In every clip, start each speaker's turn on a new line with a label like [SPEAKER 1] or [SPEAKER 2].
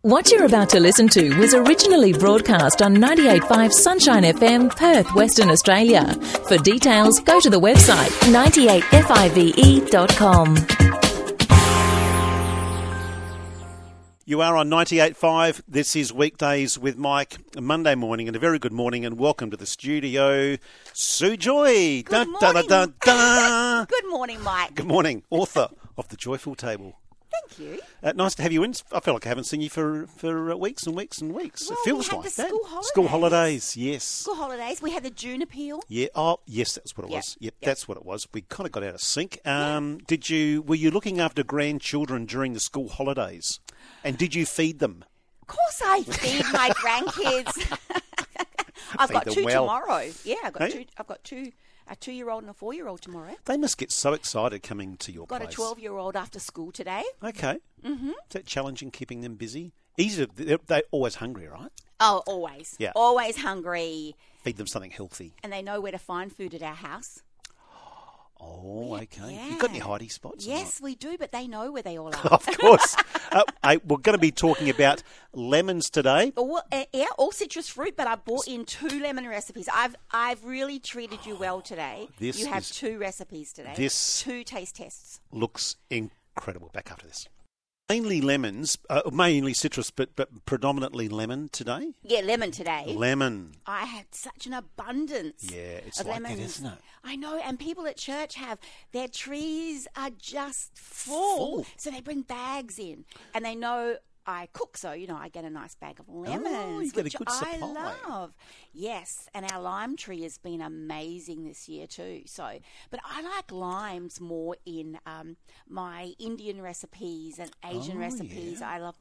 [SPEAKER 1] What you're about to listen to was originally broadcast on 98.5 Sunshine FM, Perth, Western Australia. For details, go to the website E 98five.com.
[SPEAKER 2] You are on 98.5. This is Weekdays with Mike, a Monday morning, and a very good morning, and welcome to the studio, Sue Joy. Good
[SPEAKER 3] morning. Good morning, Mike.
[SPEAKER 2] Good morning, author of The Joyful Table.
[SPEAKER 3] Thank you.
[SPEAKER 2] Uh, nice to have you in. I feel like I haven't seen you for, for uh, weeks and weeks and weeks. it
[SPEAKER 3] Well, we
[SPEAKER 2] feels
[SPEAKER 3] had
[SPEAKER 2] like
[SPEAKER 3] the
[SPEAKER 2] that.
[SPEAKER 3] school
[SPEAKER 2] School
[SPEAKER 3] holidays.
[SPEAKER 2] holidays, yes.
[SPEAKER 3] School holidays. We had the June appeal.
[SPEAKER 2] Yeah. Oh, yes, that's what it
[SPEAKER 3] Yeah,
[SPEAKER 2] was. Yep,
[SPEAKER 3] yeah.
[SPEAKER 2] that's what it was. We kind of got out of sync. Um, Did you? Were you looking after grandchildren during the school holidays? And did you feed them?
[SPEAKER 3] Of course, I feed my grandkids. I've
[SPEAKER 2] Feed
[SPEAKER 3] got
[SPEAKER 2] them
[SPEAKER 3] two
[SPEAKER 2] well.
[SPEAKER 3] tomorrow. Yeah, I've got
[SPEAKER 2] Hey?
[SPEAKER 3] two. I've got two. A two-year-old and a four-year-old tomorrow.
[SPEAKER 2] They must get so excited coming to your
[SPEAKER 3] Got
[SPEAKER 2] place.
[SPEAKER 3] a twelve-year-old after school today.
[SPEAKER 2] Okay. Mm-hmm. Is that challenging? Keeping them busy. Easy. To, they're, they're always hungry, right?
[SPEAKER 3] Oh, always.
[SPEAKER 2] Yeah.
[SPEAKER 3] Always hungry,
[SPEAKER 2] Feed them something healthy.
[SPEAKER 3] and they know where to find food at our house.
[SPEAKER 2] Oh, okay. You got any hidey spots? or not?
[SPEAKER 3] Yes, we do, but they know where they all are.
[SPEAKER 2] Of course. uh, hey, we're going to be talking about lemons today.
[SPEAKER 3] All, uh, yeah, all citrus fruit, but I bought in two lemon recipes. I've I've really treated you well today.
[SPEAKER 2] This
[SPEAKER 3] you have
[SPEAKER 2] is-
[SPEAKER 3] two recipes today.
[SPEAKER 2] this-
[SPEAKER 3] two taste tests.
[SPEAKER 2] looks incredible. Back after this. Mainly lemons, uh, mainly citrus, but, but predominantly lemon today.
[SPEAKER 3] Yeah, lemon today.
[SPEAKER 2] Lemon.
[SPEAKER 3] I had such an abundance.
[SPEAKER 2] Yeah, it's
[SPEAKER 3] of
[SPEAKER 2] like that,
[SPEAKER 3] lemons.
[SPEAKER 2] isn't it?
[SPEAKER 3] I know, and people at church have their trees are just full,
[SPEAKER 2] Full.
[SPEAKER 3] so they bring bags in, and they know I cook, so you know I get a nice bag of lemons,
[SPEAKER 2] Oh, you get a
[SPEAKER 3] which
[SPEAKER 2] good
[SPEAKER 3] I
[SPEAKER 2] supply.
[SPEAKER 3] love. Yes, and our lime tree has been amazing this year too. So, but I like limes more in um, my Indian recipes and Asian
[SPEAKER 2] Oh,
[SPEAKER 3] recipes.
[SPEAKER 2] yeah. Hmm,
[SPEAKER 3] I love.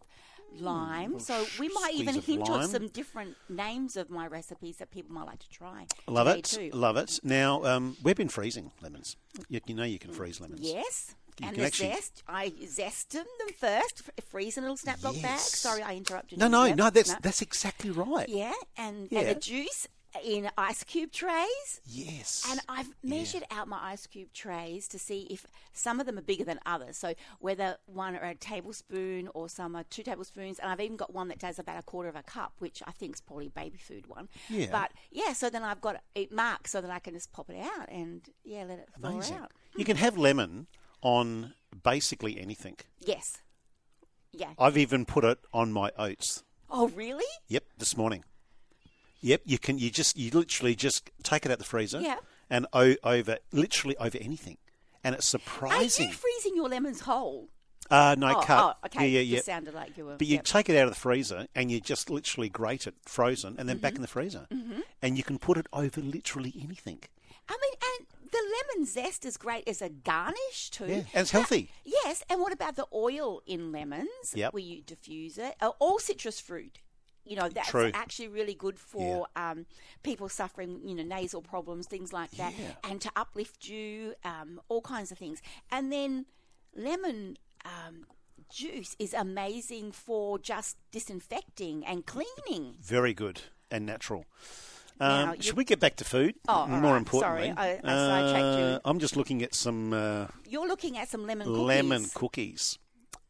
[SPEAKER 3] Lime,
[SPEAKER 2] little
[SPEAKER 3] so
[SPEAKER 2] sh-
[SPEAKER 3] we might
[SPEAKER 2] squeeze
[SPEAKER 3] even
[SPEAKER 2] of
[SPEAKER 3] hint at
[SPEAKER 2] lime.
[SPEAKER 3] some different names of my recipes that people might like to try.
[SPEAKER 2] Love
[SPEAKER 3] today
[SPEAKER 2] it.
[SPEAKER 3] too.
[SPEAKER 2] Love it. Now, um, we've been freezing lemons. You, you know you can freeze lemons.
[SPEAKER 3] Yes.
[SPEAKER 2] You
[SPEAKER 3] and
[SPEAKER 2] can
[SPEAKER 3] the
[SPEAKER 2] actually-
[SPEAKER 3] zest, I zest them first, f- freeze in a little snap lock bag.
[SPEAKER 2] Yes.
[SPEAKER 3] Sorry, I interrupted
[SPEAKER 2] No,
[SPEAKER 3] you.
[SPEAKER 2] no,
[SPEAKER 3] Yep.
[SPEAKER 2] no. That's that's exactly right.
[SPEAKER 3] Yeah, and, and
[SPEAKER 2] Yeah.
[SPEAKER 3] the juice in ice cube trays.
[SPEAKER 2] Yes.
[SPEAKER 3] And I've measured out my ice cube trays to see if some of them are bigger than others. So whether one are a tablespoon or some are two tablespoons, and I've even got one that does about a quarter of a cup, which I think is probably baby food one.
[SPEAKER 2] Yeah.
[SPEAKER 3] But yeah, so then I've got it marked so that I can just pop it out and yeah, let it thaw
[SPEAKER 2] Amazing.
[SPEAKER 3] out.
[SPEAKER 2] You can have lemon on basically anything.
[SPEAKER 3] Yes. Yeah.
[SPEAKER 2] I've even put it on my oats.
[SPEAKER 3] Oh, really?
[SPEAKER 2] Yep, this morning. Yep, you can. You just you literally just take it out the freezer.
[SPEAKER 3] Yeah.
[SPEAKER 2] And o- over literally over anything, and it's
[SPEAKER 3] Are you
[SPEAKER 2] surprising.
[SPEAKER 3] freezing your lemons whole?
[SPEAKER 2] Uh, no,
[SPEAKER 3] oh,
[SPEAKER 2] cut.
[SPEAKER 3] oh, okay.
[SPEAKER 2] Yeah, yeah,
[SPEAKER 3] You
[SPEAKER 2] yeah.
[SPEAKER 3] sounded like you were.
[SPEAKER 2] But you
[SPEAKER 3] yep.
[SPEAKER 2] take it out of the freezer and you just literally grate it frozen and then
[SPEAKER 3] Mm-hmm.
[SPEAKER 2] back in the freezer. And you can put it over literally anything.
[SPEAKER 3] I mean, and the lemon zest is great as a garnish too.
[SPEAKER 2] Yeah, and it's healthy.
[SPEAKER 3] Yes, and what about the oil in lemons?
[SPEAKER 2] Yep.
[SPEAKER 3] Where you diffuse it? Uh, all citrus fruit. You know, that's
[SPEAKER 2] True.
[SPEAKER 3] actually really good for um, people suffering, you know, nasal problems, things like that,
[SPEAKER 2] Yeah.
[SPEAKER 3] and to uplift you, um, all kinds of things. And then lemon um, juice is amazing for just disinfecting and cleaning.
[SPEAKER 2] Very good and natural. Um,
[SPEAKER 3] Now, you-
[SPEAKER 2] should we get back to food?
[SPEAKER 3] Oh, all
[SPEAKER 2] More
[SPEAKER 3] right.
[SPEAKER 2] importantly,
[SPEAKER 3] Sorry, I- I sidetracked you.
[SPEAKER 2] uh, I'm just looking at some uh,
[SPEAKER 3] You're looking at some lemon cookies.
[SPEAKER 2] lemon cookies.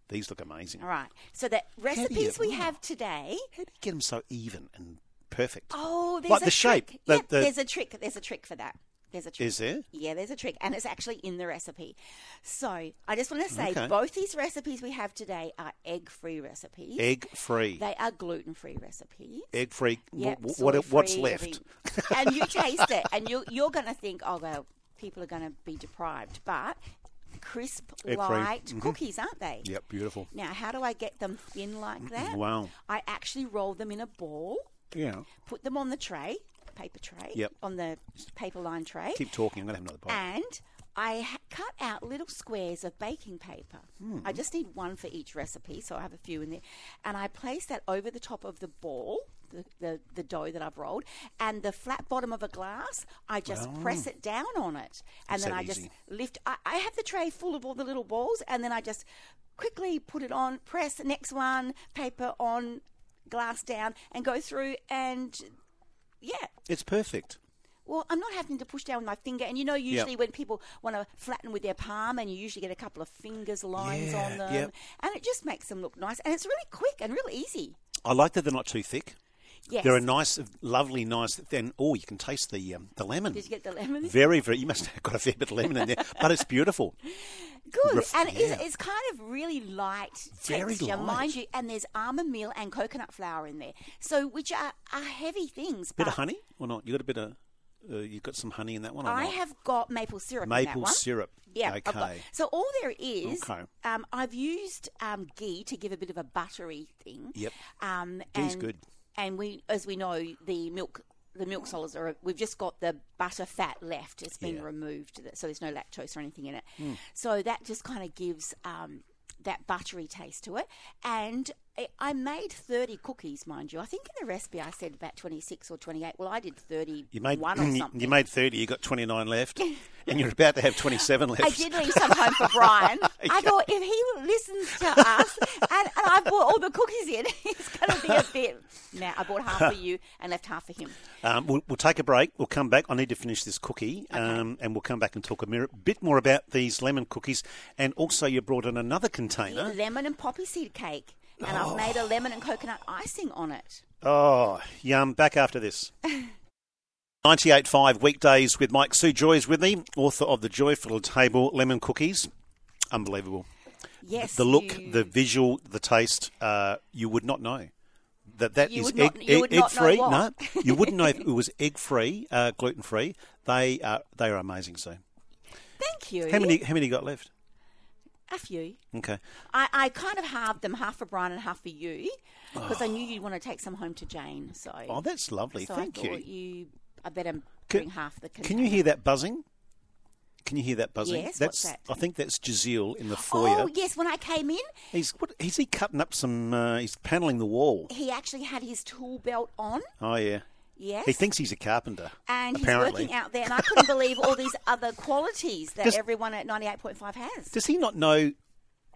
[SPEAKER 2] These look amazing.
[SPEAKER 3] All right. So the
[SPEAKER 2] do you-
[SPEAKER 3] recipes we
[SPEAKER 2] wow.
[SPEAKER 3] have today.
[SPEAKER 2] How do you get them so even and perfect?
[SPEAKER 3] Oh, there's
[SPEAKER 2] Like
[SPEAKER 3] a
[SPEAKER 2] the shape,
[SPEAKER 3] trick.
[SPEAKER 2] the-
[SPEAKER 3] Yep,
[SPEAKER 2] the-
[SPEAKER 3] there's a trick. There's a trick for that. There's a trick.
[SPEAKER 2] Is there?
[SPEAKER 3] Yeah, there's a trick, and it's actually in the recipe. So I just want to say
[SPEAKER 2] Okay.
[SPEAKER 3] both these recipes we have today are egg-free recipes.
[SPEAKER 2] Egg free.
[SPEAKER 3] They are gluten-free recipes.
[SPEAKER 2] Egg free.
[SPEAKER 3] Yep,
[SPEAKER 2] what, what's
[SPEAKER 3] soy-free,
[SPEAKER 2] left?
[SPEAKER 3] everything. and you taste it, and you, you're going to think, oh, well, people are going to be deprived. But crisp,
[SPEAKER 2] Egg-free.
[SPEAKER 3] light
[SPEAKER 2] Mhm.
[SPEAKER 3] cookies, aren't they?
[SPEAKER 2] Yep, beautiful.
[SPEAKER 3] Now, how do I get them thin like that?
[SPEAKER 2] Wow.
[SPEAKER 3] I actually roll them in a ball,
[SPEAKER 2] Yeah.
[SPEAKER 3] put them on the tray, paper tray,
[SPEAKER 2] Yep.
[SPEAKER 3] on the paper line tray,
[SPEAKER 2] Keep talking. I'm going to have another bite.
[SPEAKER 3] and I ha- cut out little squares of baking paper.
[SPEAKER 2] Hmm.
[SPEAKER 3] I just need one for each recipe, so I have a few in there. And I place that over the top of the ball, the, the, the dough that I've rolled, and the flat bottom of a glass, I just press it down on it. And
[SPEAKER 2] Oh. That's
[SPEAKER 3] then
[SPEAKER 2] that
[SPEAKER 3] I just
[SPEAKER 2] easy.
[SPEAKER 3] lift. I, I have the tray full of all the little balls, and then I just quickly put it on, press the next one, paper on, glass down, and go through and. Yeah,
[SPEAKER 2] It's perfect.
[SPEAKER 3] Well, I'm not having to push down with my finger. And you know, usually when people want to flatten with their palm, and you usually get a couple of fingers lines
[SPEAKER 2] Yeah,
[SPEAKER 3] on them,
[SPEAKER 2] yep.
[SPEAKER 3] and it just makes them look nice. And it's really quick and really easy.
[SPEAKER 2] I like that they're not too thick.
[SPEAKER 3] Yes.
[SPEAKER 2] They're a nice, lovely, nice. Then oh, you can taste the um, the lemon.
[SPEAKER 3] Did you get the lemon?
[SPEAKER 2] Very, very. You must have got a fair bit of lemon in there, but it's beautiful.
[SPEAKER 3] Good.
[SPEAKER 2] Ref-
[SPEAKER 3] and it's,
[SPEAKER 2] yeah.
[SPEAKER 3] it's kind of really light
[SPEAKER 2] Very
[SPEAKER 3] texture, mind
[SPEAKER 2] light.
[SPEAKER 3] you. And there's almond meal and coconut flour in there, so which are, are heavy things.
[SPEAKER 2] Bit
[SPEAKER 3] but
[SPEAKER 2] of honey or not? You got a bit of. Uh, you got some honey in that one. Or
[SPEAKER 3] I
[SPEAKER 2] not?
[SPEAKER 3] have got maple syrup. in that
[SPEAKER 2] maple
[SPEAKER 3] one.
[SPEAKER 2] syrup.
[SPEAKER 3] Yeah. I've
[SPEAKER 2] Okay.
[SPEAKER 3] got- so all there is,
[SPEAKER 2] Okay.
[SPEAKER 3] um, I've used um, ghee to give a bit of a buttery thing.
[SPEAKER 2] Yep.
[SPEAKER 3] Um,
[SPEAKER 2] Ghee's
[SPEAKER 3] and,
[SPEAKER 2] good.
[SPEAKER 3] And we, as we know, the milk. The milk solids are. We've just got the butter fat left. It's been
[SPEAKER 2] Yeah. Hmm.
[SPEAKER 3] removed, so there's no lactose or anything in it. So that just kind of gives um, that buttery taste to it. And I- I made 30 cookies, mind you. I think in the recipe I said about 26 or 28. Well, I did 31
[SPEAKER 2] You made mm,
[SPEAKER 3] or
[SPEAKER 2] you-
[SPEAKER 3] something.
[SPEAKER 2] you made thirty. You got twenty nine left, and you're about to have twenty seven left.
[SPEAKER 3] I did leave some home for Brian. I thought if he listens to us and, and I bought all the cookies in, he's going to be a bit. Now, I bought half for you and left half for him.
[SPEAKER 2] Um, we'll, we'll take a break. We'll come back. I need to finish this cookie, um, and we'll come back and talk a mir- bit more about these lemon cookies. And also, you brought in another container.
[SPEAKER 3] Lemon and poppy seed cake. And I've made a lemon and coconut icing on it.
[SPEAKER 2] Oh, yum. Back after this. 98.5 weekdays with Mike Sue Joy is with me, author of The Joyful Table Lemon Cookies. Unbelievable.
[SPEAKER 3] Yes.
[SPEAKER 2] the look,
[SPEAKER 3] you-
[SPEAKER 2] the visual, the taste, uh, you would not know. That that is
[SPEAKER 3] You would
[SPEAKER 2] egg,
[SPEAKER 3] not- you would not know
[SPEAKER 2] free.
[SPEAKER 3] what.
[SPEAKER 2] No, you wouldn't know if it was egg free, uh, gluten free. They are they are amazing. So
[SPEAKER 3] Thank you.
[SPEAKER 2] how many how many you got left?
[SPEAKER 3] A few.
[SPEAKER 2] Okay,
[SPEAKER 3] I, I kind of halved them, half for Brian and half for you, because I knew you'd want to take some home to Jane. So,
[SPEAKER 2] oh that's lovely.
[SPEAKER 3] so
[SPEAKER 2] Thank
[SPEAKER 3] I
[SPEAKER 2] you.
[SPEAKER 3] thought you. I better
[SPEAKER 2] Can-
[SPEAKER 3] bring half the
[SPEAKER 2] Can you hear that buzzing? Can you hear that buzzing?
[SPEAKER 3] Yes,
[SPEAKER 2] that's
[SPEAKER 3] what's that?
[SPEAKER 2] I think that's Giselle in the foyer.
[SPEAKER 3] Oh, yes. When I came in,
[SPEAKER 2] He's what? Is he cutting up some? Uh, he's paneling the wall.
[SPEAKER 3] he actually had his tool belt on.
[SPEAKER 2] Oh yeah.
[SPEAKER 3] Yes.
[SPEAKER 2] He thinks he's a carpenter.
[SPEAKER 3] and
[SPEAKER 2] apparently.
[SPEAKER 3] he's working out there, and I couldn't believe all these other qualities that
[SPEAKER 2] Does-
[SPEAKER 3] everyone at ninety eight point five has.
[SPEAKER 2] Does he not know?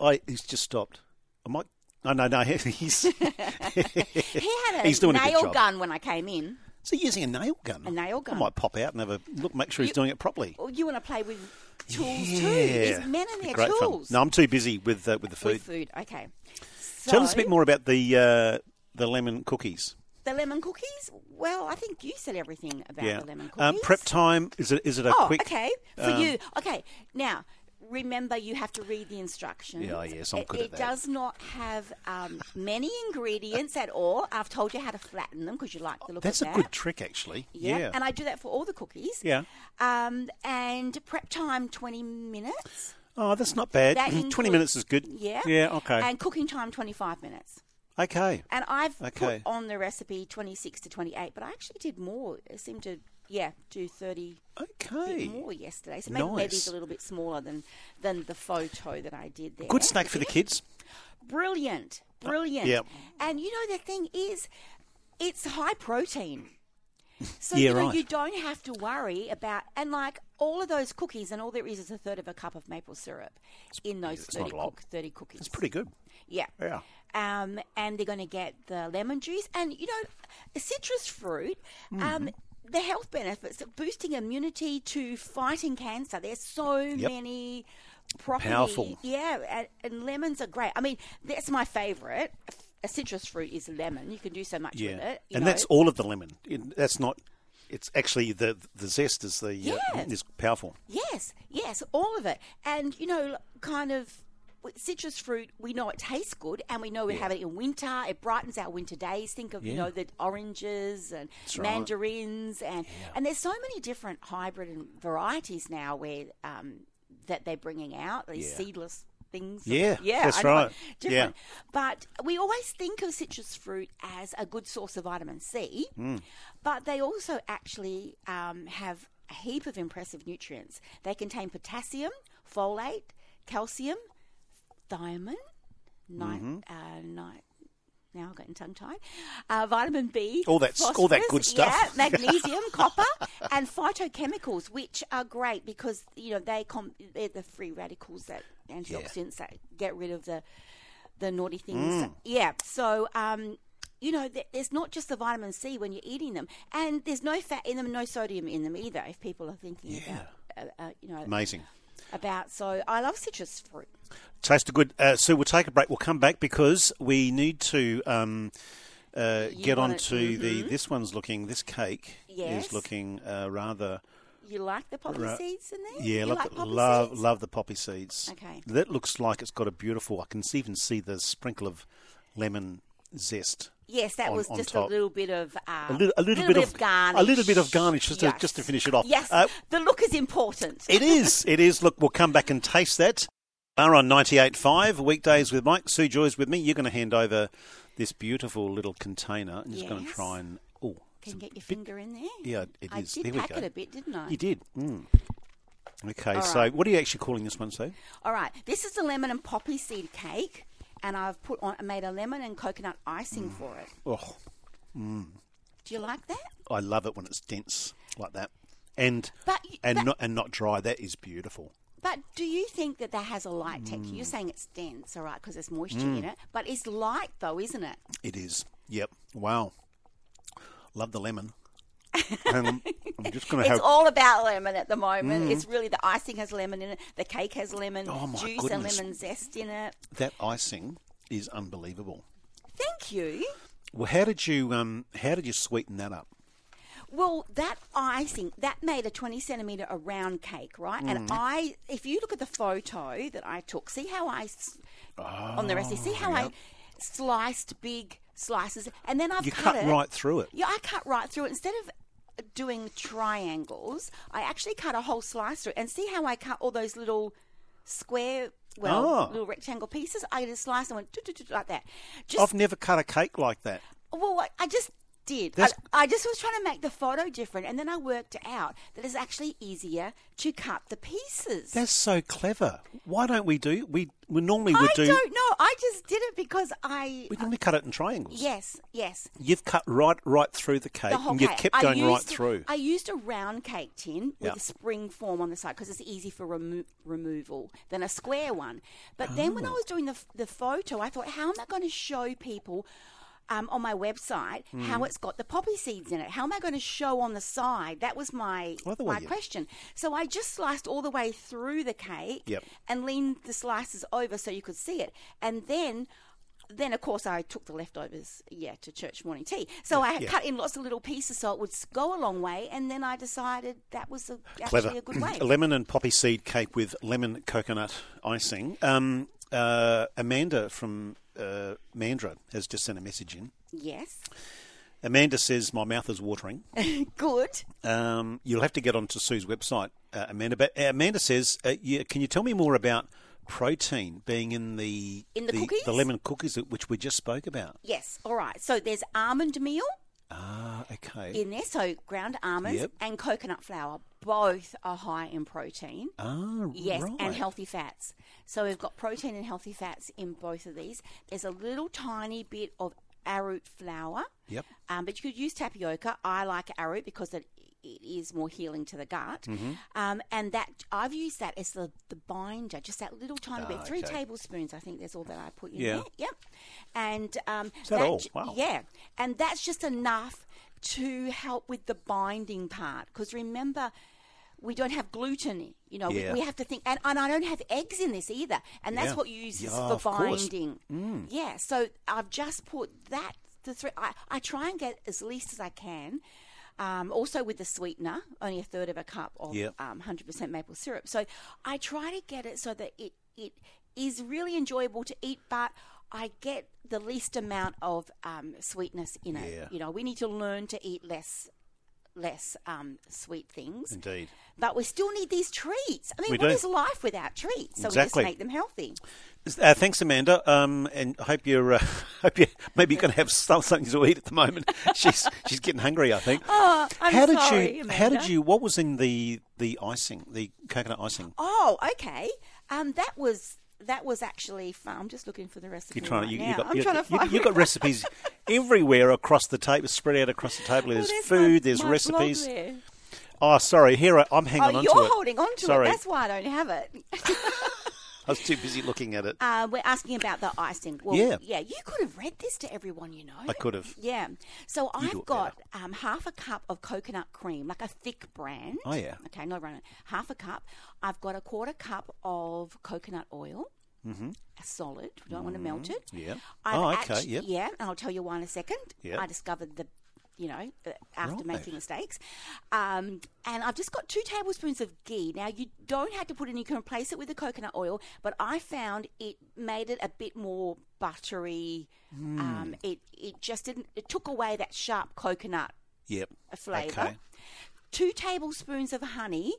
[SPEAKER 2] I he's just stopped. I might. No, no, no. He's so
[SPEAKER 3] he had a
[SPEAKER 2] he's doing a good
[SPEAKER 3] nail
[SPEAKER 2] job.
[SPEAKER 3] gun when I came in.
[SPEAKER 2] using a nail gun.
[SPEAKER 3] A nail gun.
[SPEAKER 2] I might pop out and have a look. Make sure he's doing it properly.
[SPEAKER 3] Well, Oh, you want to play with tools too?
[SPEAKER 2] Yeah.
[SPEAKER 3] These men and
[SPEAKER 2] Be
[SPEAKER 3] their
[SPEAKER 2] great fun.
[SPEAKER 3] tools.
[SPEAKER 2] No, I'm too busy with uh, with the food.
[SPEAKER 3] with food. Okay. So,
[SPEAKER 2] Tell us a bit more about the uh, the lemon cookies.
[SPEAKER 3] The lemon cookies. Well, I think you said everything about the lemon cookies.
[SPEAKER 2] Um, prep time is it? Is it a
[SPEAKER 3] oh,
[SPEAKER 2] quick? um,
[SPEAKER 3] okay. For you. Okay. Now, remember you have to read the instructions.
[SPEAKER 2] Yeah, yes, I'm
[SPEAKER 3] it,
[SPEAKER 2] good at
[SPEAKER 3] it
[SPEAKER 2] that.
[SPEAKER 3] does not have um, many ingredients at all. I've told you how to flatten them because you like the look
[SPEAKER 2] Oh, That's
[SPEAKER 3] of
[SPEAKER 2] a
[SPEAKER 3] that.
[SPEAKER 2] good trick, actually.
[SPEAKER 3] Yeah.
[SPEAKER 2] Yeah.
[SPEAKER 3] And I do that for all the cookies.
[SPEAKER 2] Yeah.
[SPEAKER 3] Um, and prep time 20 minutes.
[SPEAKER 2] oh, that's not bad.
[SPEAKER 3] That
[SPEAKER 2] Twenty
[SPEAKER 3] includes-
[SPEAKER 2] minutes is good.
[SPEAKER 3] Yeah.
[SPEAKER 2] Yeah. Okay.
[SPEAKER 3] And cooking time 25 minutes.
[SPEAKER 2] okay.
[SPEAKER 3] And I've
[SPEAKER 2] Okay.
[SPEAKER 3] put on the recipe 26 to 28, but I actually did more. It seemed to, yeah, do 30 bit
[SPEAKER 2] Okay.
[SPEAKER 3] more yesterday. So maybe, maybe it's
[SPEAKER 2] Nice.
[SPEAKER 3] a little bit smaller than, than the photo that I did there.
[SPEAKER 2] Good snack for the kids.
[SPEAKER 3] Brilliant. Brilliant.
[SPEAKER 2] yeah.
[SPEAKER 3] And you know, the thing is, it's high protein. So
[SPEAKER 2] Yeah,
[SPEAKER 3] you, know,
[SPEAKER 2] right.
[SPEAKER 3] you don't have to worry about and like all of those cookies and all there is is a third of a cup of maple syrup in those
[SPEAKER 2] it's not
[SPEAKER 3] 30,
[SPEAKER 2] a lot.
[SPEAKER 3] cook, 30 cookies.
[SPEAKER 2] It's pretty good.
[SPEAKER 3] Yeah.
[SPEAKER 2] Yeah.
[SPEAKER 3] Um, and they're going to get the lemon juice and you know citrus fruit.
[SPEAKER 2] Mm-hmm.
[SPEAKER 3] Um, the health benefits of boosting immunity to fighting cancer. There's so many properties.
[SPEAKER 2] Powerful.
[SPEAKER 3] Yeah, and, and lemons are great. I mean, that's my favourite. A citrus fruit is lemon. You can do so much with it. you
[SPEAKER 2] and
[SPEAKER 3] know.
[SPEAKER 2] that's all of the lemon. It- That's not. It's actually the the zest is the uh,
[SPEAKER 3] Yeah.
[SPEAKER 2] is powerful.
[SPEAKER 3] Yes, yes, all of it. And, you know, kind of with citrus fruit, we know it tastes good and we know we have it in winter. It brightens our winter days. Think of, you know, the oranges and
[SPEAKER 2] right.
[SPEAKER 3] mandarins. And, and there's so many different hybrid and varieties now where um, that they're bringing out these
[SPEAKER 2] Yeah.
[SPEAKER 3] seedless things.
[SPEAKER 2] Yeah,
[SPEAKER 3] yeah,
[SPEAKER 2] that's
[SPEAKER 3] I know.
[SPEAKER 2] right.
[SPEAKER 3] Different.
[SPEAKER 2] Yeah.
[SPEAKER 3] But we always think of citrus fruit as a good source of vitamin C,
[SPEAKER 2] Mm.
[SPEAKER 3] but they also actually um, have a heap of impressive nutrients. They contain potassium, folate, calcium, thiamine, ni-
[SPEAKER 2] Mm-hmm.
[SPEAKER 3] uh, ni- now I've gotten tongue tied. Uh, vitamin B,
[SPEAKER 2] All that- all that good
[SPEAKER 3] phosphorus,
[SPEAKER 2] stuff.
[SPEAKER 3] yeah, magnesium, copper, and phytochemicals, which are great because you know they com- they're the free radicals that
[SPEAKER 2] Mm.
[SPEAKER 3] antioxidants that get rid of the the naughty things. Yeah. So um, you know, th- there's not just the vitamin C when you're eating them, and there's no fat in them, no sodium in them either. If people are thinking about, uh, uh, you know,
[SPEAKER 2] Amazing.
[SPEAKER 3] about. So I love citrus fruit.
[SPEAKER 2] Tasted good. Uh, Sue, we'll take a break. We'll come back because we need to um, uh, get
[SPEAKER 3] want
[SPEAKER 2] on
[SPEAKER 3] it- mm-hmm.
[SPEAKER 2] to the. This one's looking. This cake
[SPEAKER 3] Yes.
[SPEAKER 2] is looking uh, rather.
[SPEAKER 3] You like the poppy
[SPEAKER 2] Right.
[SPEAKER 3] seeds in there?
[SPEAKER 2] Yeah,
[SPEAKER 3] you
[SPEAKER 2] love,
[SPEAKER 3] like
[SPEAKER 2] the-
[SPEAKER 3] poppy
[SPEAKER 2] love,
[SPEAKER 3] seeds?
[SPEAKER 2] love the poppy seeds.
[SPEAKER 3] Okay.
[SPEAKER 2] That looks like it's got a beautiful. I can even see the sprinkle of lemon zest.
[SPEAKER 3] Yes, that
[SPEAKER 2] on-
[SPEAKER 3] was
[SPEAKER 2] on
[SPEAKER 3] just
[SPEAKER 2] top.
[SPEAKER 3] a little bit of um,
[SPEAKER 2] A little, a little, bit, of,
[SPEAKER 3] garnish.
[SPEAKER 2] a little bit of garnish just to,
[SPEAKER 3] Yes.
[SPEAKER 2] just to finish it off.
[SPEAKER 3] Yes,
[SPEAKER 2] Uh,
[SPEAKER 3] the look is important.
[SPEAKER 2] It is. It is. Look, we'll come back and taste that. Are on 98.5, weekdays with Mike. Sue Joy's with me. You're going to hand over this beautiful little container. I'm just going to
[SPEAKER 3] Yes.
[SPEAKER 2] try and. Oh,
[SPEAKER 3] Can you
[SPEAKER 2] it's a
[SPEAKER 3] get your
[SPEAKER 2] bit-
[SPEAKER 3] finger in there?
[SPEAKER 2] Yeah, it
[SPEAKER 3] I
[SPEAKER 2] is.
[SPEAKER 3] did
[SPEAKER 2] There we
[SPEAKER 3] pack
[SPEAKER 2] go.
[SPEAKER 3] it a bit, didn't I?
[SPEAKER 2] You did. Mm. Okay,
[SPEAKER 3] All
[SPEAKER 2] so
[SPEAKER 3] right.
[SPEAKER 2] what are you actually calling this one, Sue?
[SPEAKER 3] All right, this is the lemon and poppy seed cake, and I've put on made a lemon and coconut icing for it.
[SPEAKER 2] Oh,
[SPEAKER 3] Do you like that?
[SPEAKER 2] I love it when it's dense like that, and
[SPEAKER 3] But y-
[SPEAKER 2] and
[SPEAKER 3] but-
[SPEAKER 2] not and not dry. That is beautiful.
[SPEAKER 3] But do you think that that has a light texture?
[SPEAKER 2] Mm.
[SPEAKER 3] You're saying it's dense, all right, because there's moisture in it, but it's light though, isn't it?
[SPEAKER 2] It is. Yep. Wow. Love the lemon. um, I'm just going to
[SPEAKER 3] It's
[SPEAKER 2] have.
[SPEAKER 3] all about lemon at the moment. It's really the icing has lemon in it, the cake has lemon
[SPEAKER 2] Mm. Oh, my
[SPEAKER 3] juice and
[SPEAKER 2] goodness.
[SPEAKER 3] lemon zest in it.
[SPEAKER 2] That icing is unbelievable.
[SPEAKER 3] Thank you.
[SPEAKER 2] Well, how did you um, how did you sweeten that up?
[SPEAKER 3] Well, that icing that made a twenty centimeter a round cake, right?
[SPEAKER 2] Mm.
[SPEAKER 3] And I, if you look at the photo that I took, see how I s on the recipe, see how
[SPEAKER 2] Oh,
[SPEAKER 3] I sliced big slices, and then I've
[SPEAKER 2] You cut
[SPEAKER 3] cut, it.
[SPEAKER 2] right through it.
[SPEAKER 3] Yeah, I cut right through it. Instead of doing triangles, I actually cut a whole slice through it. And see how I cut all those little square, well,
[SPEAKER 2] Ah.
[SPEAKER 3] little rectangle pieces? I just sliced and went do, do, do, like that. Just
[SPEAKER 2] I've never cut a cake like that.
[SPEAKER 3] well, I- I just did. I,
[SPEAKER 2] That's-
[SPEAKER 3] I just was trying to make the photo different, and then I worked out that it's actually easier to cut the pieces.
[SPEAKER 2] That's so clever. Why don't we do we? We normally
[SPEAKER 3] I
[SPEAKER 2] would do.
[SPEAKER 3] don't know. I just did it because I.
[SPEAKER 2] We normally cut it in triangles.
[SPEAKER 3] Yes, yes.
[SPEAKER 2] You've cut right right through the cake,
[SPEAKER 3] The whole
[SPEAKER 2] and you've
[SPEAKER 3] cake.
[SPEAKER 2] kept
[SPEAKER 3] I
[SPEAKER 2] going right
[SPEAKER 3] used-
[SPEAKER 2] through.
[SPEAKER 3] I used a round cake tin with
[SPEAKER 2] Yeah.
[SPEAKER 3] a spring form on the side because it's easy for remo- removal than a square one. But then
[SPEAKER 2] Oh.
[SPEAKER 3] when I was doing the, f- the photo, I thought, how am I going to show people um, on my website
[SPEAKER 2] Hmm.
[SPEAKER 3] how it's got the poppy seeds in it? How am I going to show on the side? That was my
[SPEAKER 2] Well, the way
[SPEAKER 3] my
[SPEAKER 2] you-
[SPEAKER 3] question. So I just sliced all the way through the cake
[SPEAKER 2] Yep.
[SPEAKER 3] and leaned the slices over so you could see it, and then. Then of course I took the leftovers, yeah, to church morning tea. So I
[SPEAKER 2] yeah.
[SPEAKER 3] cut in lots of little pieces so it would s- go a long way, and then I decided that was a, actually
[SPEAKER 2] clever.
[SPEAKER 3] a good way.
[SPEAKER 2] lemon and poppy seed cake with lemon coconut icing. Um, uh, Amanda from uh, Mandra has just sent a message in.
[SPEAKER 3] yes,
[SPEAKER 2] Amanda says my mouth is watering.
[SPEAKER 3] good.
[SPEAKER 2] um, you'll have to get onto Sue's website, uh, Amanda. But uh, Amanda says, uh, yeah, "Can you tell me more about protein being in the
[SPEAKER 3] In the cookies?
[SPEAKER 2] the lemon cookies that, which we just spoke about?"
[SPEAKER 3] Yes, all right. So there's almond meal
[SPEAKER 2] Ah, okay.
[SPEAKER 3] in there, so ground almonds
[SPEAKER 2] Yep.
[SPEAKER 3] and coconut flour. Both are high in protein.
[SPEAKER 2] ah,
[SPEAKER 3] Yes,
[SPEAKER 2] right.
[SPEAKER 3] and healthy fats. So we've got protein and healthy fats in both of these. There's a little tiny bit of arrowroot flour.
[SPEAKER 2] Yep.
[SPEAKER 3] Um, but you could use tapioca. I like arrowroot because it, it is more healing to the gut.
[SPEAKER 2] Mm-hmm.
[SPEAKER 3] Um, and that I've used that as the, the binder, just that little tiny bit, three
[SPEAKER 2] Ah, okay.
[SPEAKER 3] tablespoons. I think that's all that I put in
[SPEAKER 2] Yeah.
[SPEAKER 3] there. Yep. And um,
[SPEAKER 2] that all?
[SPEAKER 3] j-
[SPEAKER 2] Wow.
[SPEAKER 3] Yeah, and that's just enough to help with the binding part because remember. We don't have gluten, you know.
[SPEAKER 2] Yeah.
[SPEAKER 3] We, we have to think, and, and I don't have eggs in this either, and that's
[SPEAKER 2] Yeah.
[SPEAKER 3] what you use
[SPEAKER 2] Yeah,
[SPEAKER 3] for
[SPEAKER 2] of course. Mm.
[SPEAKER 3] binding. Yeah, so I've just put that the three. I, I try and get as least as I can. Um, also with the sweetener, only a third of a cup of
[SPEAKER 2] Yep.
[SPEAKER 3] um, 100% maple syrup. So I try to get it so that it, it is really enjoyable to eat, but I get the least amount of um, sweetness in it.
[SPEAKER 2] Yeah.
[SPEAKER 3] You know, we need to learn to eat less less um, sweet things.
[SPEAKER 2] Indeed.
[SPEAKER 3] But we still need these treats. I mean,
[SPEAKER 2] We
[SPEAKER 3] what
[SPEAKER 2] do.
[SPEAKER 3] is life without treats? So
[SPEAKER 2] Exactly.
[SPEAKER 3] we just make them healthy.
[SPEAKER 2] Uh, thanks, Amanda, um, and I hope you're uh, hope you maybe you're going to have some, something to eat at the moment. she's she's getting hungry, I think.
[SPEAKER 3] Oh, I'm
[SPEAKER 2] how did
[SPEAKER 3] sorry,
[SPEAKER 2] you?
[SPEAKER 3] Amanda.
[SPEAKER 2] How did you? What was in the the icing? The coconut icing.
[SPEAKER 3] Oh, okay. Um, that was that was actually. fun. I'm just looking for the recipe.
[SPEAKER 2] You're trying
[SPEAKER 3] right
[SPEAKER 2] to. You,
[SPEAKER 3] now.
[SPEAKER 2] you got,
[SPEAKER 3] I'm
[SPEAKER 2] you,
[SPEAKER 3] trying to
[SPEAKER 2] you-
[SPEAKER 3] find.
[SPEAKER 2] you got recipes everywhere across the table, spread out across the table.
[SPEAKER 3] Well,
[SPEAKER 2] There's
[SPEAKER 3] my-
[SPEAKER 2] food. there's
[SPEAKER 3] my blog
[SPEAKER 2] recipes.
[SPEAKER 3] there.
[SPEAKER 2] Oh, sorry. Here I, I'm hanging
[SPEAKER 3] Oh,
[SPEAKER 2] on
[SPEAKER 3] you're
[SPEAKER 2] to it.
[SPEAKER 3] holding on to
[SPEAKER 2] sorry.
[SPEAKER 3] it. That's why I don't have it.
[SPEAKER 2] I was too busy looking at it.
[SPEAKER 3] Uh, we're asking about the icing. Well,
[SPEAKER 2] Yeah.
[SPEAKER 3] yeah. you could have read this to everyone you know.
[SPEAKER 2] I could have.
[SPEAKER 3] Yeah. So
[SPEAKER 2] do it
[SPEAKER 3] I've got um, half a cup of coconut cream, like a thick brand.
[SPEAKER 2] Oh, yeah.
[SPEAKER 3] Okay, no running. Half a cup. I've got a quarter cup of coconut oil. Mm-hmm. Solid. We don't want to melt it.
[SPEAKER 2] yeah.
[SPEAKER 3] I've
[SPEAKER 2] Oh, okay,
[SPEAKER 3] act-
[SPEAKER 2] yep.
[SPEAKER 3] Yeah, and I'll tell you why in a second.
[SPEAKER 2] Yep.
[SPEAKER 3] I discovered the, you know, uh, the- after
[SPEAKER 2] Right.
[SPEAKER 3] making mistakes. Um, and I've just got two tablespoons of ghee. Now, you don't have to put in, you can replace it with the coconut oil, but I found it made it a bit more buttery.
[SPEAKER 2] Hmm.
[SPEAKER 3] Um, it, it just didn't, it took away that sharp coconut
[SPEAKER 2] Yep.
[SPEAKER 3] flavour.
[SPEAKER 2] Okay.
[SPEAKER 3] Two tablespoons of honey.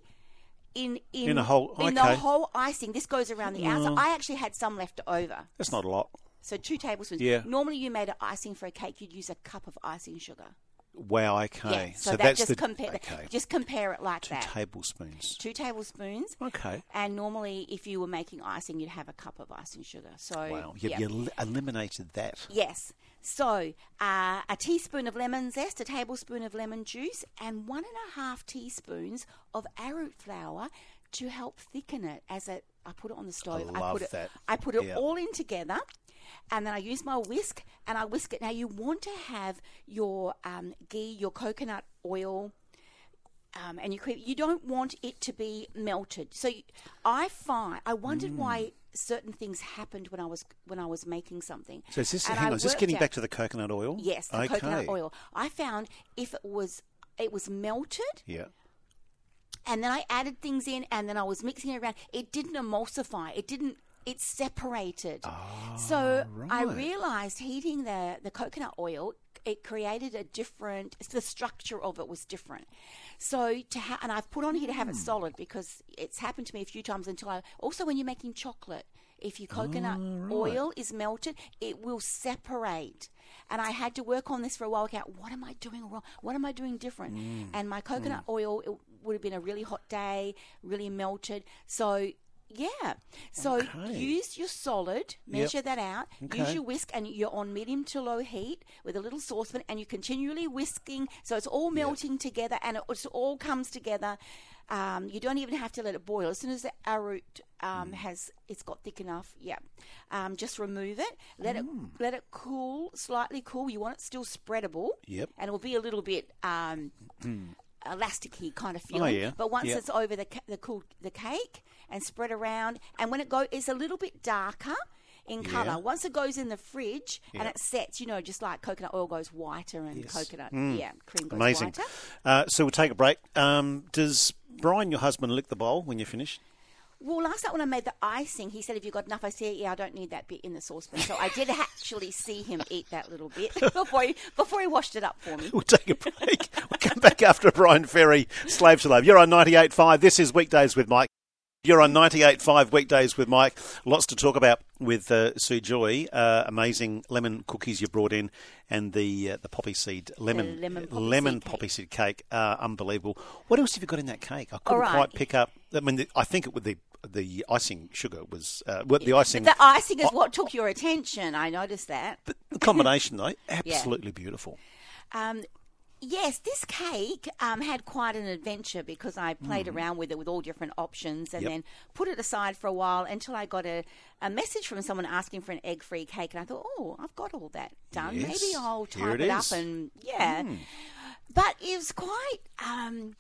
[SPEAKER 3] In, in,
[SPEAKER 2] In a whole- okay.
[SPEAKER 3] in
[SPEAKER 2] Hmm.
[SPEAKER 3] the whole icing, this goes around the outside. I actually had some left over.
[SPEAKER 2] That's not a lot.
[SPEAKER 3] So two tablespoons.
[SPEAKER 2] Yeah.
[SPEAKER 3] Normally, you made an icing for a cake. You'd use a cup of icing sugar.
[SPEAKER 2] Wow. Okay.
[SPEAKER 3] Yeah. So, that
[SPEAKER 2] that's
[SPEAKER 3] just
[SPEAKER 2] the
[SPEAKER 3] compare.
[SPEAKER 2] okay.
[SPEAKER 3] Just compare it like
[SPEAKER 2] two
[SPEAKER 3] that.
[SPEAKER 2] tablespoons.
[SPEAKER 3] two tablespoons.
[SPEAKER 2] Okay.
[SPEAKER 3] And normally, if you were making icing, you'd have a cup of icing sugar. So
[SPEAKER 2] Wow. You, you el- eliminated that.
[SPEAKER 3] Yes. So uh, a teaspoon of lemon zest, a tablespoon of lemon juice, and one and a half teaspoons of arrowroot flour to help thicken it. As it, I put it on the stove.
[SPEAKER 2] love
[SPEAKER 3] put it,
[SPEAKER 2] that.
[SPEAKER 3] I put it
[SPEAKER 2] Yeah.
[SPEAKER 3] all in together, and then I use my whisk and I whisk it. Now you want to have your um, ghee, your coconut oil. Um, and you cream, you don't want it to be melted. So you- I find I wondered
[SPEAKER 2] Mm.
[SPEAKER 3] why certain things happened when I was when I was making something.
[SPEAKER 2] So is this?
[SPEAKER 3] And
[SPEAKER 2] hang
[SPEAKER 3] I
[SPEAKER 2] on. Is this
[SPEAKER 3] worked
[SPEAKER 2] getting
[SPEAKER 3] out-
[SPEAKER 2] back to the coconut oil?
[SPEAKER 3] Yes, the
[SPEAKER 2] okay.
[SPEAKER 3] coconut oil. I found if it was it was melted
[SPEAKER 2] Yeah.
[SPEAKER 3] and then I added things in and then I was mixing it around, it didn't emulsify. It didn't it separated. so I
[SPEAKER 2] right.
[SPEAKER 3] realized heating the the coconut oil it created a different the structure of it was different so to ha- and i've put on here to have it solid because it's happened to me a few times until i also when you're making chocolate if your coconut oil is melted it will separate and i had to work on this for a while work out what am i doing wrong what am i doing different and my coconut oil it would have been a really hot day really melted so yeah so
[SPEAKER 2] Okay.
[SPEAKER 3] use your solid measure that out
[SPEAKER 2] Okay.
[SPEAKER 3] use your whisk and you're on medium to low heat with a little saucepan and you're continually whisking so it's all melting together and it it's all comes together um, you don't even have to let it boil as soon as the arrowroot
[SPEAKER 2] Mm.
[SPEAKER 3] um, has it's got thick enough yeah um, just remove it let it
[SPEAKER 2] Mm.
[SPEAKER 3] let it cool slightly cool you want it still spreadable
[SPEAKER 2] Yep. Mm-hmm.
[SPEAKER 3] and it'll be a little bit um, elasticy kind of feeling
[SPEAKER 2] Oh, yeah.
[SPEAKER 3] but once
[SPEAKER 2] Yeah.
[SPEAKER 3] it's over the ca- the cool the cake and spread around and when it go it's a little bit darker in color once it goes in the fridge and it sets you know just like coconut oil goes whiter and coconut yeah cream goes
[SPEAKER 2] Amazing.
[SPEAKER 3] whiter
[SPEAKER 2] Uh, so we'll take a break. Um, does Brian, your husband, lick the bowl when you're finished?
[SPEAKER 3] well last night when i made the icing he said have you got enough i said yeah i don't need that bit in the saucepan so i did actually see him eat that little bit before he before he washed it up for me
[SPEAKER 2] We'll take a break. we'll come back after Brian Ferry, Slave to Love. You're on 98.5. This is Weekdays with Mike. You're on 98.5 Weekdays with Mike. Lots to talk about with uh, Sue Joy. Uh, amazing lemon cookies you brought in and the uh, the poppy seed lemon,
[SPEAKER 3] The lemon poppy
[SPEAKER 2] lemon
[SPEAKER 3] seed cake.
[SPEAKER 2] poppy seed cake. Uh, unbelievable. What else have you got in that cake? I couldn't
[SPEAKER 3] right.
[SPEAKER 2] quite pick up. I mean, the, I think it would the the icing sugar was uh, what the icing
[SPEAKER 3] the icing is what took your attention i noticed that
[SPEAKER 2] the combination though absolutely beautiful.
[SPEAKER 3] Um, yes, this cake um, had quite an adventure because I played around with it with all different options and
[SPEAKER 2] Mm-hmm. Yep.
[SPEAKER 3] then put it aside for a while until I got a, a message from someone asking for an egg free cake. And I thought, oh, I've got all that done.
[SPEAKER 2] Yes,
[SPEAKER 3] Maybe I'll
[SPEAKER 2] here
[SPEAKER 3] type
[SPEAKER 2] it
[SPEAKER 3] it,
[SPEAKER 2] is. Mm.
[SPEAKER 3] up and yeah. But it was quite. Um,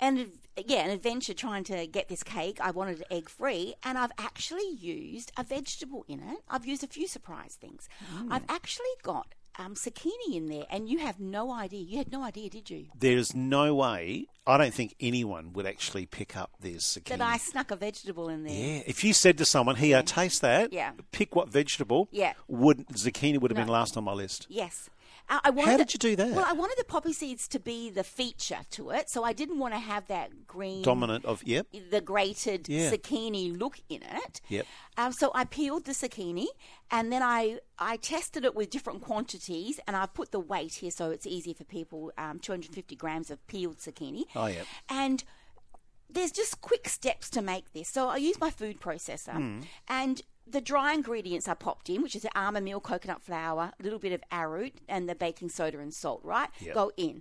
[SPEAKER 3] and yeah, an adventure trying to get this cake. I wanted it egg free, and I've actually used a vegetable in it. I've used a few surprise things.
[SPEAKER 2] Mm.
[SPEAKER 3] I've actually got um, zucchini in there, and you have no idea. You had no idea, did you?
[SPEAKER 2] There's no way. I don't think anyone would actually pick up their zucchini.
[SPEAKER 3] That I snuck a vegetable in there.
[SPEAKER 2] yeah, if you said to someone, "Here, taste that.
[SPEAKER 3] Yeah.
[SPEAKER 2] Pick what vegetable."
[SPEAKER 3] Yeah.
[SPEAKER 2] Would zucchini would have been last on my list.
[SPEAKER 3] Yes. Uh, I wanted
[SPEAKER 2] did you do that?
[SPEAKER 3] Well, I wanted the poppy seeds to be the feature to it, so I didn't want to have that green
[SPEAKER 2] Dominant of yep.
[SPEAKER 3] the grated
[SPEAKER 2] Yeah.
[SPEAKER 3] zucchini look in it.
[SPEAKER 2] Yep.
[SPEAKER 3] Um, so I peeled the zucchini and then I, I tested it with different quantities and I put the weight here so it's easy for people um, 250 grams of peeled zucchini.
[SPEAKER 2] Oh, yep.
[SPEAKER 3] And there's just quick steps to make this. So I use my food processor
[SPEAKER 2] Hmm.
[SPEAKER 3] and the dry ingredients I popped in, which is the almond meal, coconut flour, a little bit of arrowroot, and the baking soda and salt, right?
[SPEAKER 2] Yep.
[SPEAKER 3] Go in.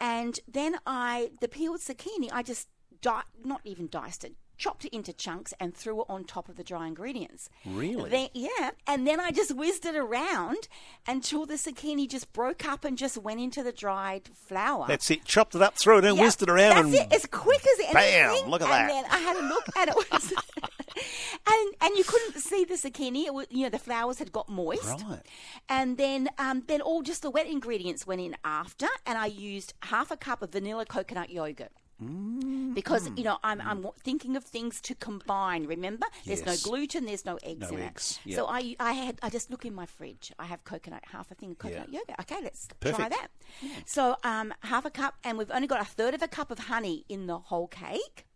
[SPEAKER 3] And then I, the peeled zucchini, I just di- not even diced it, chopped it into chunks, and threw it on top of the dry ingredients.
[SPEAKER 2] Really?
[SPEAKER 3] Then, yeah, and then I just whizzed it around until the zucchini just broke up and just went into the dried flour.
[SPEAKER 2] That's it. Chopped it up, threw it in,
[SPEAKER 3] Yeah,
[SPEAKER 2] whizzed it around,
[SPEAKER 3] That's
[SPEAKER 2] and
[SPEAKER 3] it, as quick as
[SPEAKER 2] bam,
[SPEAKER 3] anything.
[SPEAKER 2] look at that.
[SPEAKER 3] and Then I had a look, and it was, and and you couldn't see the zucchini. It was, you know, the flowers had got moist,
[SPEAKER 2] Right.
[SPEAKER 3] And then, um, then all just the wet ingredients went in after, and I used half a cup of vanilla coconut yogurt.
[SPEAKER 2] Mm.
[SPEAKER 3] Because you know, I'm, I'm thinking of things to combine. Remember, there's
[SPEAKER 2] Yes.
[SPEAKER 3] no gluten, there's no eggs
[SPEAKER 2] No
[SPEAKER 3] in
[SPEAKER 2] eggs,
[SPEAKER 3] it.
[SPEAKER 2] yeah.
[SPEAKER 3] So I, I had, I just look in my fridge. I have coconut, half a thing of coconut yogurt. Okay, let's try
[SPEAKER 2] Perfect.
[SPEAKER 3] that. So um, half a cup, and we've only got a third of a cup of honey in the whole cake.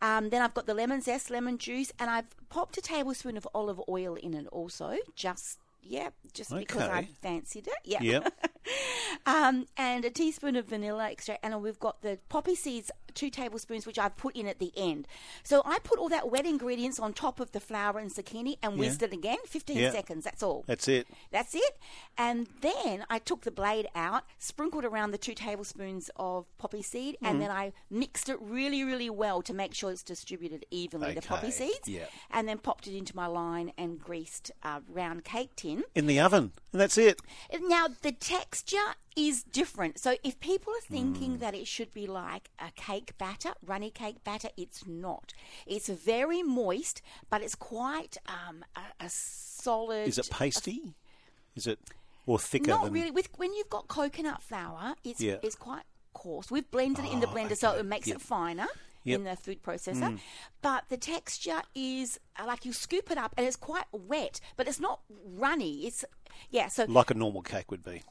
[SPEAKER 3] Um, then I've got the lemon zest, lemon juice, and I've popped a tablespoon of olive oil in it also. Just yeah, just because I
[SPEAKER 2] Okay.
[SPEAKER 3] fancied it. Yeah.
[SPEAKER 2] yeah,
[SPEAKER 3] Um, and a teaspoon of vanilla extract, and we've got the poppy seeds, two tablespoons, which I've put in at the end. So I put all that wet ingredients on top of the flour and zucchini, and whizzed it again, fifteen
[SPEAKER 2] Yeah.
[SPEAKER 3] seconds. That's all.
[SPEAKER 2] that's it.
[SPEAKER 3] That's it. And then I took the blade out, sprinkled around the two tablespoons of poppy seed,
[SPEAKER 2] Mm.
[SPEAKER 3] and then I mixed it really, really well to make sure it's distributed evenly, the poppy
[SPEAKER 2] Okay,
[SPEAKER 3] seeds.
[SPEAKER 2] yeah.
[SPEAKER 3] And then popped it into my line and greased uh, round cake tin.
[SPEAKER 2] In the oven, and that's it.
[SPEAKER 3] Now, the texture is different. So, if people are
[SPEAKER 2] Mm.
[SPEAKER 3] thinking that it should be like a cake batter, runny cake batter, it's not. It's very moist, but it's quite um, a, a solid.
[SPEAKER 2] Is it pasty? Is it or thicker
[SPEAKER 3] Not
[SPEAKER 2] than?
[SPEAKER 3] really. With when you've got coconut flour, it's
[SPEAKER 2] Yeah. Ah,
[SPEAKER 3] it's quite coarse. We've blended it in the blender, so it makes it finer in the food processor.
[SPEAKER 2] Mm.
[SPEAKER 3] But the texture is uh, like you scoop it up, and it's quite wet, but it's not runny. It's yeah. So
[SPEAKER 2] Like a normal cake would be.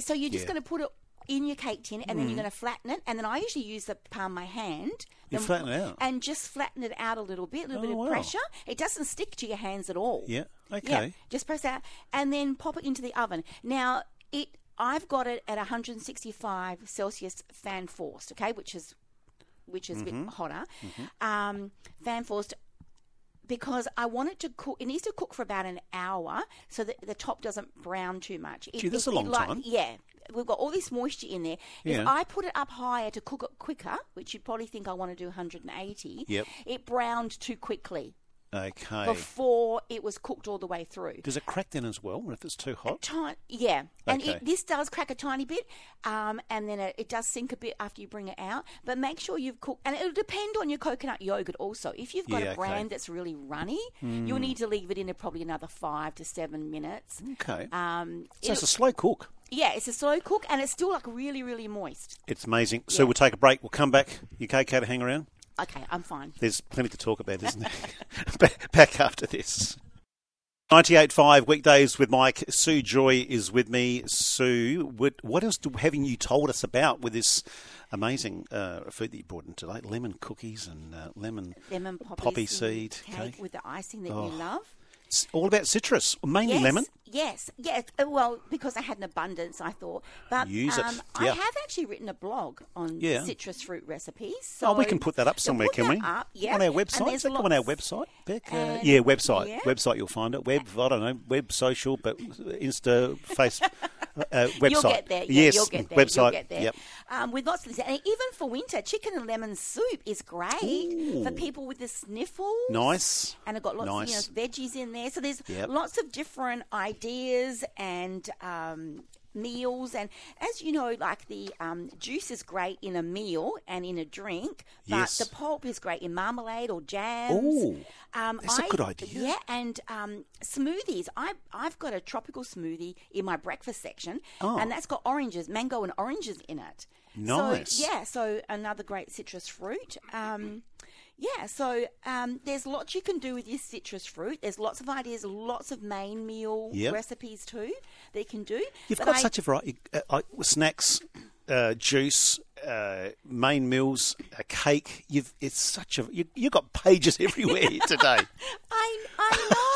[SPEAKER 3] so you're
[SPEAKER 2] Yeah.
[SPEAKER 3] just
[SPEAKER 2] Mm.
[SPEAKER 3] going to put it in your cake tin, and then you're going to flatten it. And then I usually use the palm of my hand.
[SPEAKER 2] You
[SPEAKER 3] then-
[SPEAKER 2] flatten it out?
[SPEAKER 3] and just flatten it out a little bit, a little
[SPEAKER 2] Oh,
[SPEAKER 3] bit of
[SPEAKER 2] wow.
[SPEAKER 3] pressure. It doesn't stick to your hands at all.
[SPEAKER 2] Yeah.
[SPEAKER 3] Yeah,
[SPEAKER 2] Okay.
[SPEAKER 3] just press out and then pop it into the oven. Now it, I've got it at 165 Celsius fan forced, okay, which is which is
[SPEAKER 2] Mm-hmm.
[SPEAKER 3] a bit hotter, um, fan forced. Because I want it to cook, it needs to cook for about an hour so that the top doesn't brown too much. It,
[SPEAKER 2] Gee, that's
[SPEAKER 3] it-
[SPEAKER 2] a long
[SPEAKER 3] it like-
[SPEAKER 2] time.
[SPEAKER 3] Yeah, we've got all this moisture in there. If
[SPEAKER 2] Yeah.
[SPEAKER 3] I put it up higher to cook it quicker, which you'd probably think I want to do 180,
[SPEAKER 2] Yep.
[SPEAKER 3] it browned too quickly
[SPEAKER 2] Okay.
[SPEAKER 3] before it was cooked all the way through.
[SPEAKER 2] Does it crack then as well if it's too hot?
[SPEAKER 3] Tiny, yeah, and
[SPEAKER 2] Okay.
[SPEAKER 3] it, this does crack a tiny bit, um, and then it, it does sink a bit after you bring it out. But make sure you've cooked, and it'll depend on your coconut yogurt also. If you've got
[SPEAKER 2] Yeah,
[SPEAKER 3] a
[SPEAKER 2] okay.
[SPEAKER 3] brand that's really runny, you'll need to leave it in at probably another five to seven minutes.
[SPEAKER 2] Okay.
[SPEAKER 3] Um,
[SPEAKER 2] so
[SPEAKER 3] it'll-
[SPEAKER 2] it's a slow cook.
[SPEAKER 3] yeah, it's a slow cook, and it's still like really, really moist.
[SPEAKER 2] It's amazing. So we'll take a break. We'll come back. You okay, Kate, to hang around?
[SPEAKER 3] Okay, I'm fine.
[SPEAKER 2] There's plenty to talk about, isn't there? Ba- Back after this. 98.5 weekdays with Mike. Sue Joy is with me. Sue, what, what else do, having you told us about with this amazing uh, food that you brought in today? Lemon cookies and uh, lemon,
[SPEAKER 3] Lemon poppy,
[SPEAKER 2] seed cake.
[SPEAKER 3] with the icing that
[SPEAKER 2] Oh.
[SPEAKER 3] you love.
[SPEAKER 2] It's all about citrus, mainly
[SPEAKER 3] Yes,
[SPEAKER 2] lemon.
[SPEAKER 3] Yes, yes. Uh, Well, because I had an abundance, I thought. But
[SPEAKER 2] Use it,
[SPEAKER 3] um, I
[SPEAKER 2] yeah.
[SPEAKER 3] have actually written a blog on
[SPEAKER 2] Yeah.
[SPEAKER 3] citrus fruit recipes.
[SPEAKER 2] Oh, we
[SPEAKER 3] so
[SPEAKER 2] can put that up
[SPEAKER 3] we'll
[SPEAKER 2] somewhere,
[SPEAKER 3] put
[SPEAKER 2] can
[SPEAKER 3] that
[SPEAKER 2] we?
[SPEAKER 3] up, yeah.
[SPEAKER 2] On our
[SPEAKER 3] And
[SPEAKER 2] website.
[SPEAKER 3] there's
[SPEAKER 2] Is that on our
[SPEAKER 3] lots-
[SPEAKER 2] website, Beck? Uh,
[SPEAKER 3] And-
[SPEAKER 2] yeah, website.
[SPEAKER 3] yeah.
[SPEAKER 2] Website, you'll find it. Web, I don't know, web social, but Insta, Face, uh, website.
[SPEAKER 3] You'll get there. Yeah,
[SPEAKER 2] yes,
[SPEAKER 3] you'll get there.
[SPEAKER 2] website.
[SPEAKER 3] You'll get there.
[SPEAKER 2] Yep.
[SPEAKER 3] Um, with lots of things, and even for winter, chicken and lemon soup is great for
[SPEAKER 2] Ooh.
[SPEAKER 3] people with the sniffles.
[SPEAKER 2] Nice.
[SPEAKER 3] And I've got lots
[SPEAKER 2] Nice.
[SPEAKER 3] of you know, veggies in there. So there's
[SPEAKER 2] Yep.
[SPEAKER 3] lots of different ideas and um, meals. And as you know, like the um, juice is great in a meal and in a drink, but
[SPEAKER 2] Yes.
[SPEAKER 3] the pulp is great in marmalade or jams.
[SPEAKER 2] Ooh,
[SPEAKER 3] um,
[SPEAKER 2] that's a
[SPEAKER 3] I-
[SPEAKER 2] good idea.
[SPEAKER 3] Yeah, and um, smoothies. I, I've got a tropical smoothie in my breakfast section,
[SPEAKER 2] Oh.
[SPEAKER 3] and that's got oranges, mango and oranges in it.
[SPEAKER 2] Nice.
[SPEAKER 3] So, yeah, so another great citrus fruit. Um, yeah, so um, there's lots you can do with this citrus fruit. There's lots of ideas, lots of main meal
[SPEAKER 2] Yep.
[SPEAKER 3] recipes too that you can do.
[SPEAKER 2] You've
[SPEAKER 3] But
[SPEAKER 2] got
[SPEAKER 3] I-
[SPEAKER 2] such a variety. Uh, uh, snacks, uh, juice, uh, main meals, a cake. You've it's such a you, you've got pages everywhere today.
[SPEAKER 3] I, I know.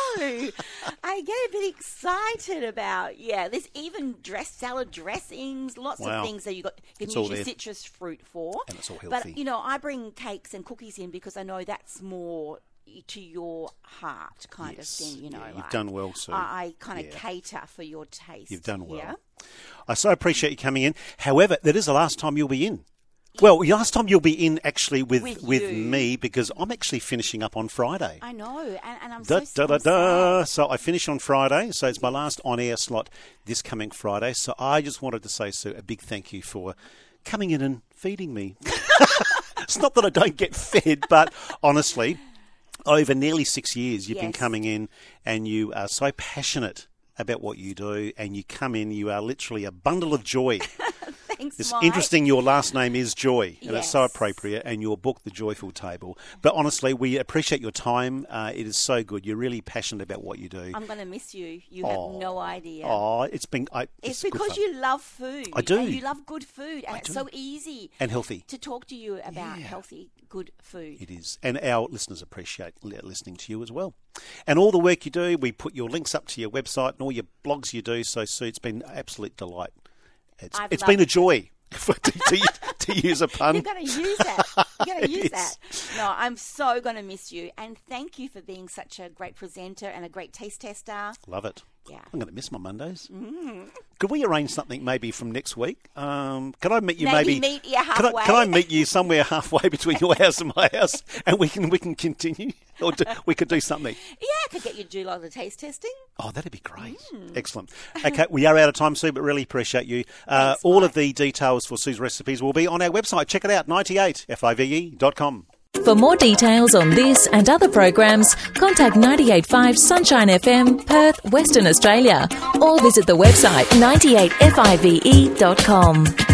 [SPEAKER 3] I get a bit excited about yeah. There's even dress salad dressings, lots
[SPEAKER 2] Wow.
[SPEAKER 3] of things that you got you
[SPEAKER 2] It's
[SPEAKER 3] can
[SPEAKER 2] all
[SPEAKER 3] use
[SPEAKER 2] there.
[SPEAKER 3] your citrus fruit for.
[SPEAKER 2] And it's all healthy.
[SPEAKER 3] But you know, I bring cakes and cookies in because I know that's more to your heart kind
[SPEAKER 2] Yes.
[SPEAKER 3] of thing. You know,
[SPEAKER 2] Yeah, you've
[SPEAKER 3] like,
[SPEAKER 2] done well, Sue.
[SPEAKER 3] I, I kind of
[SPEAKER 2] Yeah.
[SPEAKER 3] cater for your taste.
[SPEAKER 2] You've done well. Uh,
[SPEAKER 3] Yeah.
[SPEAKER 2] I so appreciate you coming in. However, that is the last time you'll be in. Well, last time you'll be in actually with with,
[SPEAKER 3] With you.
[SPEAKER 2] me because I'm actually finishing up on Friday.
[SPEAKER 3] I know, and, and I'm
[SPEAKER 2] Da, da,
[SPEAKER 3] so
[SPEAKER 2] da,
[SPEAKER 3] I'm
[SPEAKER 2] da.
[SPEAKER 3] sad.
[SPEAKER 2] So I finish on Friday, so it's my last on air slot this coming Friday. So I just wanted to say, Sue, a big thank you for coming in and feeding me. it's not that I don't get fed, but honestly, over nearly six years, you've been
[SPEAKER 3] Yes.
[SPEAKER 2] coming in and you are so passionate about what you do, and you come in, you are literally a bundle of joy.
[SPEAKER 3] Thanks,
[SPEAKER 2] It's
[SPEAKER 3] Mike.
[SPEAKER 2] interesting. Your last name is Joy, and it's so
[SPEAKER 3] Yes.
[SPEAKER 2] appropriate. And your book, The Joyful Table. But honestly, we appreciate your time. Uh, it is so good. You're really passionate about what you do.
[SPEAKER 3] I'm going to miss you. You have no idea.
[SPEAKER 2] Oh, it's been. I,
[SPEAKER 3] It's
[SPEAKER 2] good
[SPEAKER 3] because
[SPEAKER 2] fun.
[SPEAKER 3] you love food.
[SPEAKER 2] I do.
[SPEAKER 3] And you love good food, and it's
[SPEAKER 2] do.
[SPEAKER 3] so easy
[SPEAKER 2] and healthy.
[SPEAKER 3] to talk to you about healthy, good food.
[SPEAKER 2] It is. And our listeners appreciate li- listening to you as well. And all the work you do, we put your links up to your website and all your blogs you do. So, Sue, it's been an absolute delight. It's,
[SPEAKER 3] I've
[SPEAKER 2] it's been a
[SPEAKER 3] loved
[SPEAKER 2] joy, for, to, to, to use a pun.
[SPEAKER 3] You're going to use that. You're going to use
[SPEAKER 2] Yes.
[SPEAKER 3] that. No, I'm so going to miss you, and thank you for being such a great presenter and a great taste tester.
[SPEAKER 2] Love it.
[SPEAKER 3] Yeah. Mm.
[SPEAKER 2] I'm going to miss my Mondays. Could we arrange something maybe from next week? Um, can I meet you maybe?
[SPEAKER 3] Maybe meet you
[SPEAKER 2] Can I, can I
[SPEAKER 3] halfway.
[SPEAKER 2] meet you somewhere halfway between your house and my house, and we can we can continue, or do, we could do something.
[SPEAKER 3] Yeah, I could get you to do a lot of taste testing.
[SPEAKER 2] Oh, that'd be great.
[SPEAKER 3] Mm.
[SPEAKER 2] Excellent. Okay, we are out of time, Sue, but really appreciate you. Uh, all of the details for Sue's recipes will be on our website. Check it out, E 98five.com.
[SPEAKER 1] For more details on this and other programs, contact 985 Sunshine FM, E Perth, Western Australia, or visit the website 98five.com.